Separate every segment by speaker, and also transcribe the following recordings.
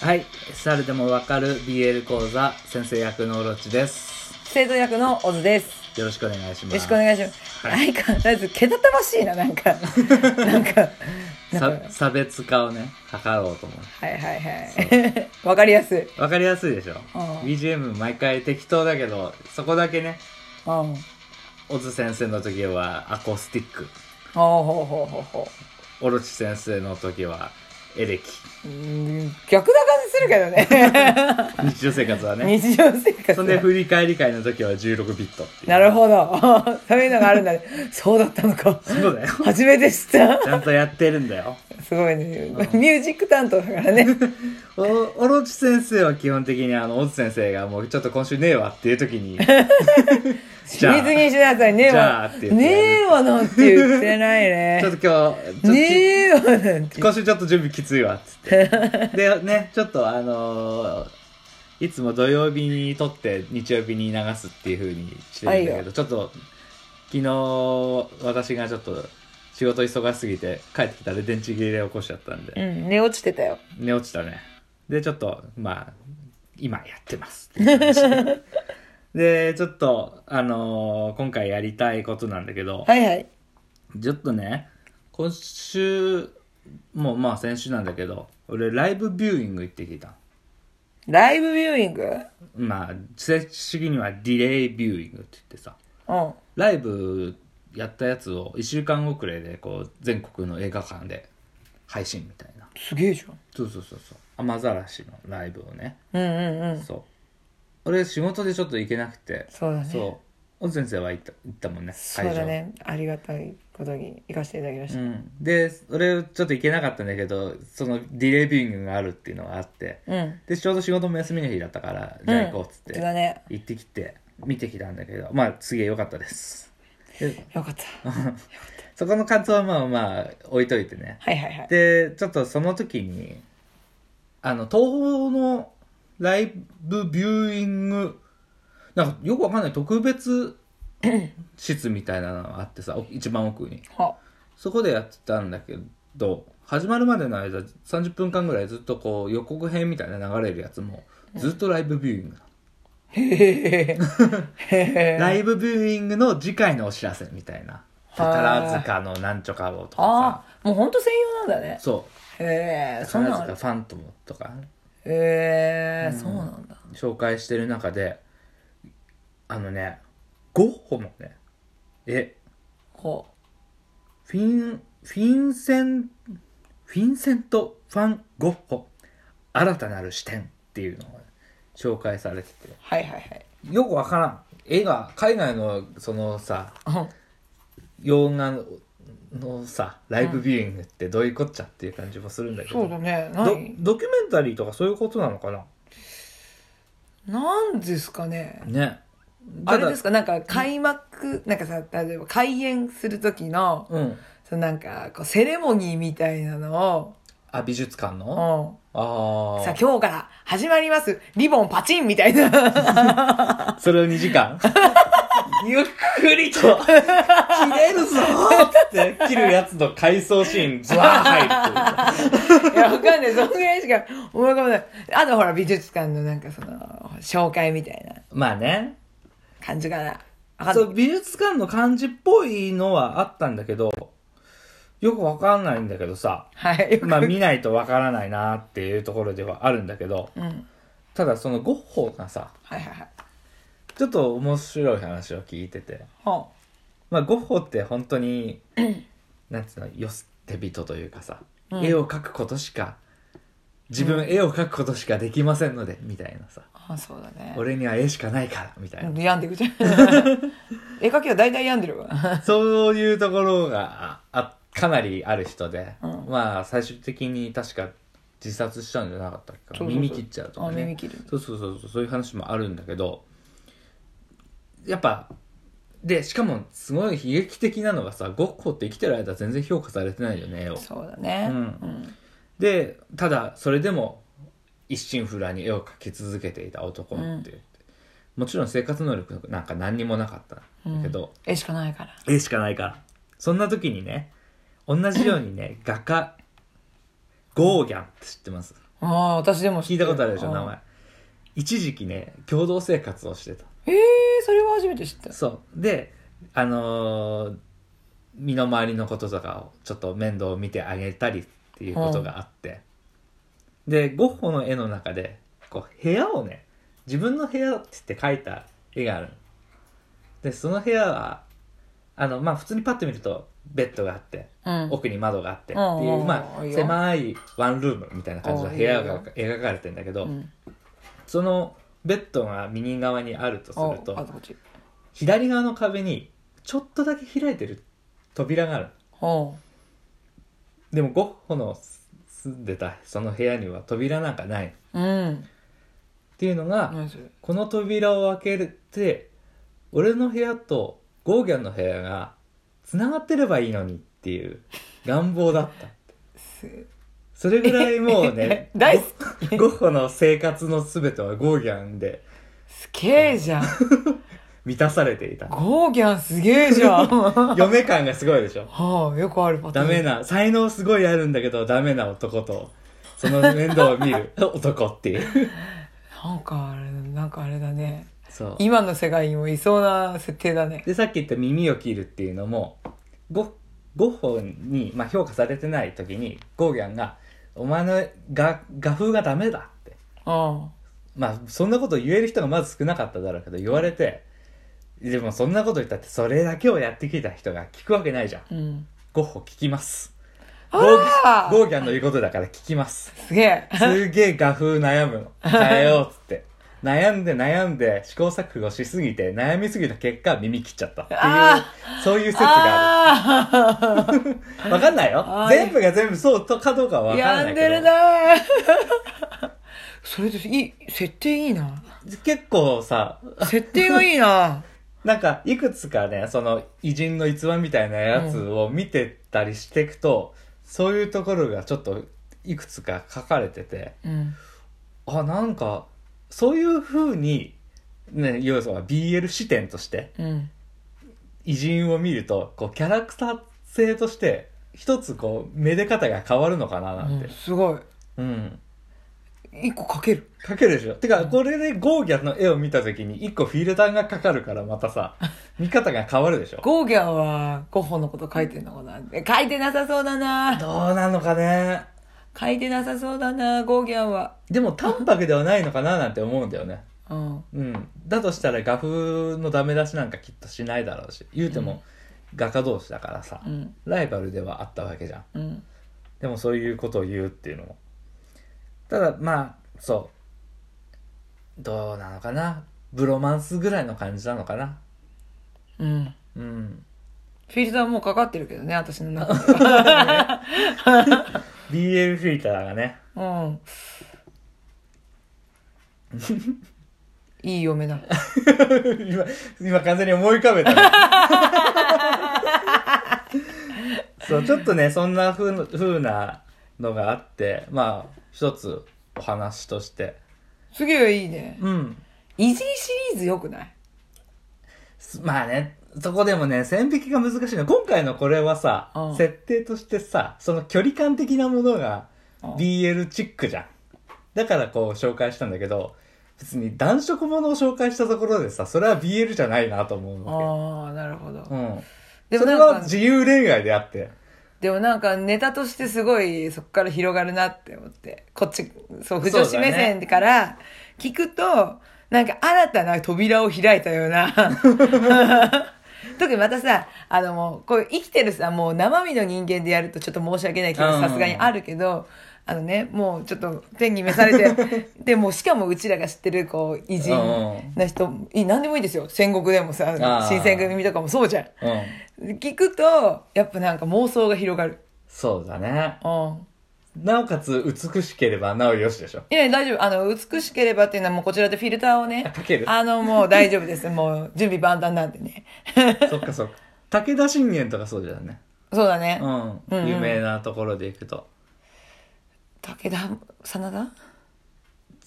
Speaker 1: はい、猿でもわかる BL 講座先生役のオロチです。
Speaker 2: 生徒役のオズです。
Speaker 1: よろしくお願いし
Speaker 2: よ
Speaker 1: ます。
Speaker 2: ろしくお願いします。
Speaker 1: はい
Speaker 2: 相変わらずけたたましいな、な んか。なんか、なんか
Speaker 1: さ、差別化をね、図ろうと思
Speaker 2: はいはいはい。わかりやすい。
Speaker 1: う。わかりやすいでしょ
Speaker 2: うん
Speaker 1: ?BGM 毎回適当だけど、そこだけね、
Speaker 2: うん。
Speaker 1: オズ先生の時はアコースティック、
Speaker 2: ほうほうほうほうほ
Speaker 1: オロチ先生の時はエレキ。
Speaker 2: う。うーん逆な感じするけど ね。
Speaker 1: 日常生活は ね。
Speaker 2: 日常生活。
Speaker 1: そんで振り返り会の時は16ビットっていう。
Speaker 2: なるほど。そういうのがあるんだね。そうだったのか。
Speaker 1: そうだよ。
Speaker 2: 初めて知った。
Speaker 1: ちゃんとやってるんだよ。
Speaker 2: すごいね。ミュージック担当だから ね。
Speaker 1: おオロチ先生は基本的にあの、オズ先生がもうちょっと今週ねえわっていう時に、
Speaker 2: 秘密にしなさい。ねえ
Speaker 1: じゃあ
Speaker 2: わ
Speaker 1: っ。て言ってやる
Speaker 2: ねえわなんて言ってないね。
Speaker 1: ちょっと今日、ちょっとき
Speaker 2: ねえわなんて。
Speaker 1: 今週ちょっと準備きついわ、つ って。で、ね、ちょっとあのーいつも土曜日に撮って日曜日に流すっていう風にしてるんだ
Speaker 2: は
Speaker 1: け
Speaker 2: い
Speaker 1: ど、
Speaker 2: よ
Speaker 1: ちょっと、昨日、私がちょっと仕事忙しすぎて帰ってきたら電池切れ起こしちゃったん
Speaker 2: う
Speaker 1: で、
Speaker 2: ん、寝落ちてたよ。
Speaker 1: 寝落ちたね。で、ちょっと、まあ、今やってますっていう 感じで。で、ちょっと、あのー今回やりたいことなんだけど、
Speaker 2: はいはい。
Speaker 1: ちょっとね、今週、もうまあ先週なんだけど、俺ライブビューイング行ってきた。
Speaker 2: ライブビューイング
Speaker 1: まあ、正式にはディレイビューイングって言ってさ、
Speaker 2: うん。
Speaker 1: ライブやったやつを1週間遅れでこう全国の映画館で配信みたいな。
Speaker 2: すげえじゃん。
Speaker 1: そうそうそうそう。雨ざらしのライブをね。
Speaker 2: うんうんうん。
Speaker 1: そう。俺仕事でちょっと行けなくて。
Speaker 2: そうだね
Speaker 1: そう。小津先生は行った行ったもんね。
Speaker 2: そうだね。ありがたいことに行かせていただきまし
Speaker 1: うん、で俺ちょっと行けなかったんだけどそのディレイビューイングがあるっていうのがあって
Speaker 2: た。うん。
Speaker 1: でちょうど仕事も休みの日だったからじゃあ行こうっつって、
Speaker 2: そうだね。
Speaker 1: 行ってきて見てきたんだけどまあすげえ良かったですで
Speaker 2: よかった。は
Speaker 1: そこの感想はまあまあ置いといてね
Speaker 2: いはいはい。
Speaker 1: でちょっとその時にあの東宝のライブビューイングなんかよくわかんない特別室みたいなのがあってさ一番奥に
Speaker 2: は
Speaker 1: そこでやってたんだけど、始まるまでの間、30分間ぐらいずっとこう予告編みたいな流れるやつも、ずっとライブビューイングなの、ライブビューイングの次回のお知らせみたいな。宝塚のなんちょかをと
Speaker 2: あ
Speaker 1: か
Speaker 2: あ、もうほんと専用なんだね
Speaker 1: さ。。そ
Speaker 2: へえ、
Speaker 1: う。
Speaker 2: そんな
Speaker 1: 宝
Speaker 2: のあ
Speaker 1: 塚
Speaker 2: る。
Speaker 1: ファントムとか
Speaker 2: へえ、そうなんだ。
Speaker 1: 紹介してる中で、あのね、ゴッホもね、え、
Speaker 2: ほ
Speaker 1: フィン、フィンセン、フィンセント・ファン・ゴッホ、新たなる視点っていうのが紹介されてて
Speaker 2: う。、はいはい
Speaker 1: よくわからん。絵が、海外のそのさ、
Speaker 2: はい。
Speaker 1: 洋画ののさ、ライブビューイングってどういうこっちゃっていう感じもするんだけど、
Speaker 2: そうだね。
Speaker 1: ど
Speaker 2: 何
Speaker 1: ドキュメンタリーとかそういうことなのかな
Speaker 2: なんですかね。
Speaker 1: ね。
Speaker 2: あれです
Speaker 1: か
Speaker 2: かなんか開幕、なんかさ、例えば開演する時の、
Speaker 1: うん。
Speaker 2: そのなんか、こう、セレモニーみたいなの
Speaker 1: あ、美術館の、
Speaker 2: を、
Speaker 1: あ
Speaker 2: うん。さあ
Speaker 1: あ。
Speaker 2: 今日から始まりますリボンパチンみた いな。
Speaker 1: それを2時間
Speaker 2: ゆっくりと。
Speaker 1: 切れるぞーって 切るやつの回想シーン、ズワー入るっていう。
Speaker 2: いや、わかんない。そんぐらいしか思い浮かばない。あとほら、美術館のなんかその、紹介みたいな
Speaker 1: まあね。
Speaker 2: 感じかな。わかん
Speaker 1: そ
Speaker 2: な
Speaker 1: う、美術館の感じっぽいのはあったんだけど、よくわかんないんだけど さ、
Speaker 2: い。はい。よく
Speaker 1: まあ見ないとわからないなっていうところではあるんだけど、
Speaker 2: うん。はい
Speaker 1: ただそのゴッホがさ、
Speaker 2: はいはい。
Speaker 1: ちょっと面白い話を聞いてて、
Speaker 2: ほ
Speaker 1: まあゴッホって本当に、 なんつうの、よすって人というかさ、
Speaker 2: うん
Speaker 1: 絵を描くことしか、自分絵を描くことしかできませんので、みたいなさ、
Speaker 2: う。あ、そうだね。
Speaker 1: 俺には絵しかないから、みたいな。
Speaker 2: 病ん でいくじゃん。絵描きは大体病んでるわ。
Speaker 1: そういうところがああかなりある人で、
Speaker 2: うん
Speaker 1: まあ最終的に確か自殺したんじゃなかったっけか
Speaker 2: そうそうそう
Speaker 1: 耳切っちゃうとか、
Speaker 2: あ
Speaker 1: ね、
Speaker 2: 耳切る
Speaker 1: そうそうそうそうそういう話もあるんだけどやっぱでしかもすごい悲劇的なのがさゴッホって生きてる間全然評価されてないよね絵を
Speaker 2: そうだね。
Speaker 1: うん
Speaker 2: うん。
Speaker 1: でただそれでも一心不乱に絵を描き続けていた男って言って、もちろん生活能力なんか何にもなかったんだけど、
Speaker 2: 絵しかないから。
Speaker 1: 絵しかないから。そんな時にね、同じようにね、画家、ゴーギャンって知ってます
Speaker 2: ああ、私でも
Speaker 1: 聞
Speaker 2: 知っ
Speaker 1: い
Speaker 2: て
Speaker 1: たことあるでしょ、
Speaker 2: うん
Speaker 1: 名前。一時期ね、共同生活をしてた。
Speaker 2: ええそれは初めて知った。
Speaker 1: そう。で、あのー身の回りのこととかをちょっと面倒を見てあげたりっていうことがあって。で、ゴッホの絵の中で、こう、部屋をね、自分の部屋って言って描いた絵があるので、その部屋は、あの、まあ、普通にパッと見ると、ベッドがあって、
Speaker 2: うん。
Speaker 1: 奥に窓があってって
Speaker 2: うん
Speaker 1: い
Speaker 2: うんう
Speaker 1: う、
Speaker 2: ん
Speaker 1: まあ、
Speaker 2: いいよ
Speaker 1: 狭いワンルームみたいな感じの部屋
Speaker 2: う
Speaker 1: が
Speaker 2: ん
Speaker 1: 描かれてんだけど、
Speaker 2: うん
Speaker 1: そのベッドが右側にあるとする
Speaker 2: ああ
Speaker 1: と
Speaker 2: こっち。
Speaker 1: 左側の壁にちょっとだけ開いてる扉がある
Speaker 2: ほ
Speaker 1: でもゴッホの住んでたその部屋には扉なんかないっ
Speaker 2: う。うん。
Speaker 1: ていうのが、
Speaker 2: 何それ。
Speaker 1: この扉を開けて俺の部屋とゴーギャンの部屋がつながってればいいのにっていう願望だった
Speaker 2: す
Speaker 1: それぐらいも うね
Speaker 2: 大好き
Speaker 1: ゴッホの生活の全てはゴーギャンです
Speaker 2: げえじゃん。
Speaker 1: 満たされていた
Speaker 2: ゴーギャンすげえじゃん。 は
Speaker 1: 嫁感がすごいでしょ
Speaker 2: あ、よくあるパター
Speaker 1: ダ
Speaker 2: ン。
Speaker 1: メな、才能すごいあるんだけど、ダメな男と、その面倒を見る 男っていう。
Speaker 2: なんかあれ、なんかあれだね。
Speaker 1: そう。
Speaker 2: 今の世界にもいそうな設定だね。
Speaker 1: で、さっき言った耳を切るっていうのも、ゴゴッホに、まあ、評価されてない時に、ゴーギャンが、お前の画画風がダメだって。
Speaker 2: うん。
Speaker 1: まあ、そんなこと言える人がまず少なかっただろうけど、言われて、でもそんなこと言ったって、それだけをやってきた人が聞くわけないじゃん。
Speaker 2: うん。
Speaker 1: ゴッホ聞きます。ゴーギ
Speaker 2: あ
Speaker 1: ゴーギャンの言うことだから聞きます。
Speaker 2: あすげえ。
Speaker 1: すげえ画風悩むの。変えようっつって。悩んで悩んで試行錯誤しすぎて悩みすぎた結果耳切っちゃったって
Speaker 2: あ
Speaker 1: いう、そういう説があ
Speaker 2: ああ
Speaker 1: る。わかんないよ
Speaker 2: あ。ー
Speaker 1: 全部が全部そうとかどうかはわからな
Speaker 2: 病
Speaker 1: い
Speaker 2: ん
Speaker 1: け
Speaker 2: でる
Speaker 1: ど。
Speaker 2: な それでいい、設定いいな。
Speaker 1: 結構さ、
Speaker 2: 設定がいい な。
Speaker 1: なんかいくつかね、その偉人の逸話みたいなやつを見てたりしていくと、そういうところがちょっといくつか書かれてて、
Speaker 2: うん。
Speaker 1: あ、なんか、そういう風に、ね、要は BL 視点として、
Speaker 2: うん。
Speaker 1: 偉人を見るとこうキャラクター性として一つこうめで方が変わるのかななん
Speaker 2: う
Speaker 1: て
Speaker 2: んすごい。
Speaker 1: うん、
Speaker 2: 一個かける。
Speaker 1: かけるでしょてかこれでゴーギャンの絵を見た時に一個フィルターがかかるからまた さ見方が変わるでしょ
Speaker 2: ゴーギャンはゴッホのこと書いてんのかなえ書いてなさそうだな。
Speaker 1: どうなのかね
Speaker 2: 書いてなさそうだな、ゴーギャンは。
Speaker 1: でも淡白ではないのかななんて思うんだよね
Speaker 2: うん。
Speaker 1: うんだとしたら画風のダメ出しなんかきっとしないだろうし言うても画家同士だからさ、
Speaker 2: うん。
Speaker 1: ライバルではあったわけじゃん
Speaker 2: うん。
Speaker 1: でもそういうことを言うっていうのも。ただ、まあ、そう。どうなのかな。ブロマンスぐらいの感じなのかな。
Speaker 2: うん。
Speaker 1: うん。
Speaker 2: フィルターもうかかってるけどね、私の中で
Speaker 1: BL フィルターがね。
Speaker 2: うん。いい嫁だ。
Speaker 1: 今、今完全に思い浮かべたね。そう、ちょっとね、そんなふう風なのがあって、まあ、一つお話として。
Speaker 2: すげえいいね。
Speaker 1: うん。
Speaker 2: イジーシリーズ良くない
Speaker 1: すまあね、そこでもね、線引きが難しいの。今回のこれはさ、
Speaker 2: うん
Speaker 1: 設定としてさ、その距離感的なものが
Speaker 2: うん
Speaker 1: BL チックじゃん。だからこう紹介したんだけど、別に男色ものを紹介したところでさ、それは BL じゃないなと思うわ
Speaker 2: ああ、なるほど
Speaker 1: け。。うん。
Speaker 2: で
Speaker 1: そ
Speaker 2: も
Speaker 1: れ
Speaker 2: な
Speaker 1: は
Speaker 2: んか、
Speaker 1: 自由恋愛であって。
Speaker 2: でもなんかネタとしてすごいそこから広がるなって思って。こっち、そう、不女
Speaker 1: そ
Speaker 2: 子
Speaker 1: うだね
Speaker 2: 目線から聞くと、なんか新たな扉を開いたような。 特にまたさ、あのもう、こう生きてるさ、もう生身の人間でやるとちょっと申し訳ない気
Speaker 1: う
Speaker 2: が
Speaker 1: ん
Speaker 2: さすがにあるけど、あのね、もうちょっと天に召さ れて、でもうしかもうちらが知ってるこう、偉人な人、い何でもいいですよ。戦国でもさ
Speaker 1: あ、ー
Speaker 2: 新選組とかもそうじゃん。
Speaker 1: うん。
Speaker 2: 聞くとやっぱなんか妄想が広がる
Speaker 1: そうだね。
Speaker 2: うん
Speaker 1: なおかつ美しければなおよしでしょ。
Speaker 2: いや大丈夫あの美しければっていうのはもうこちらでフィルターをね
Speaker 1: あかける
Speaker 2: あのもう大丈夫ですもう準備万端なんでね
Speaker 1: そっかそっか。武田信玄とかそうじゃんね。
Speaker 2: そうだね、
Speaker 1: う。
Speaker 2: うんうんん
Speaker 1: 有名なところでいくと。
Speaker 2: 武田真田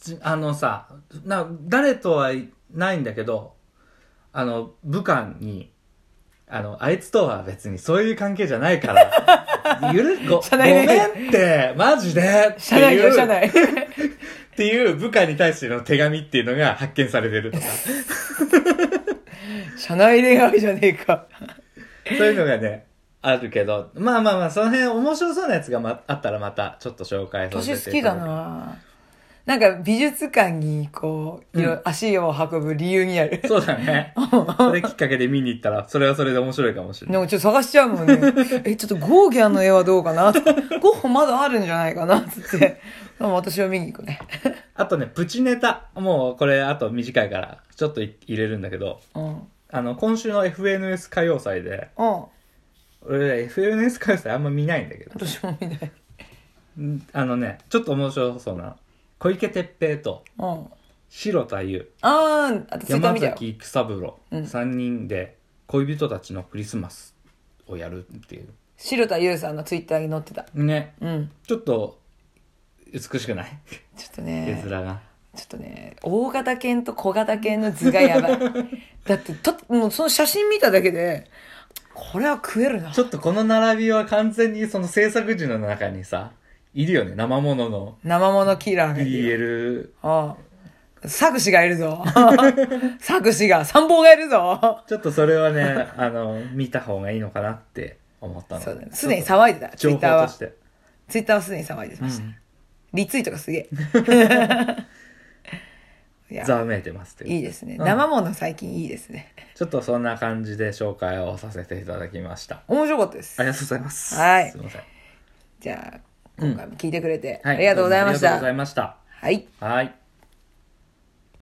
Speaker 1: ちあのさな誰とはいないんだけどあの部下にあの、あいつとは別にそういう関係じゃないから、 ゆる、ご、ご
Speaker 2: 社内
Speaker 1: め
Speaker 2: で
Speaker 1: んって、マジでって
Speaker 2: 社内
Speaker 1: い
Speaker 2: よ、
Speaker 1: う、
Speaker 2: 社内。
Speaker 1: っていう部下に対しての手紙っていうのが発見されてるとか、そ
Speaker 2: 社内恋愛じゃねえか。
Speaker 1: ういうのがね、あるけど、まあまあまあ、その辺面白そうなやつが、ま、あったらまた、ちょっと紹介させ
Speaker 2: 私
Speaker 1: て
Speaker 2: 好きだ
Speaker 1: いただ
Speaker 2: ななんか美術館にこう、いろいろ足を運ぶ理由にある
Speaker 1: く。そうだね。それきっかけで見に行ったら、それはそれで面白いかもしれない。
Speaker 2: でもちょっと探しちゃうもん ね。え、ちょっとゴーギャンの絵はどうかな とか、ゴッホまだあるんじゃないかなつって。でも私を見に行くね。
Speaker 1: あとね、プチネタ。もう、これ、あと短いから、ちょっとい入れるんだけど、
Speaker 2: うん。うん。
Speaker 1: あの、今週の FNS 歌謡祭で、俺、FNS 歌謡祭あんま見ないんだけど、
Speaker 2: 私も見ない。
Speaker 1: んあのね、ちょっと面白そうな、小池徹平と、
Speaker 2: うん。あ
Speaker 1: 白田優、
Speaker 2: あー、あとツイッター
Speaker 1: 山
Speaker 2: 見たよ。
Speaker 1: 崎育三郎、
Speaker 2: うん
Speaker 1: 3人で、恋人たちのクリスマスをやるっていう。
Speaker 2: 白田優さんのツイッターに載ってた。
Speaker 1: ね、
Speaker 2: うん。
Speaker 1: ちょっと、美しくない
Speaker 2: ちょっと
Speaker 1: 絵
Speaker 2: ね、
Speaker 1: 面が。
Speaker 2: ちょっとね、大型犬と小型犬の図がや ばい。だって、と、もうその写真見ただけで、これは食えるな。
Speaker 1: ちょっとこの並びは完全にその制作時の中にさ、いるよね、生ものの
Speaker 2: 生物キラーがいるよ
Speaker 1: BL
Speaker 2: ああ。作詞がいるぞ。 作詞が、参謀がいるぞ。
Speaker 1: ちょっとそれはね、 あの、見た方がいいのかなって思ったの。
Speaker 2: そうだね。すでに騒いでた。ツ
Speaker 1: 情
Speaker 2: イ
Speaker 1: 報
Speaker 2: ッター
Speaker 1: と
Speaker 2: は
Speaker 1: し。て。
Speaker 2: ツイッターはすでに騒いでました。リツイートが すげえ。いや、
Speaker 1: ざわめいてますっていう
Speaker 2: いいですね。
Speaker 1: うん
Speaker 2: 生もの最近いいですね。
Speaker 1: ちょっとそんな感じで紹介をさせていただきました。
Speaker 2: 面白かったです
Speaker 1: あり。がとうございます。
Speaker 2: はい
Speaker 1: すいません。
Speaker 2: じゃあ、今回も聞いてくれて、
Speaker 1: はい
Speaker 2: ありがとうございま
Speaker 1: どもあ
Speaker 2: し
Speaker 1: りがとうござい
Speaker 2: た。
Speaker 1: ました。
Speaker 2: はい。
Speaker 1: はい。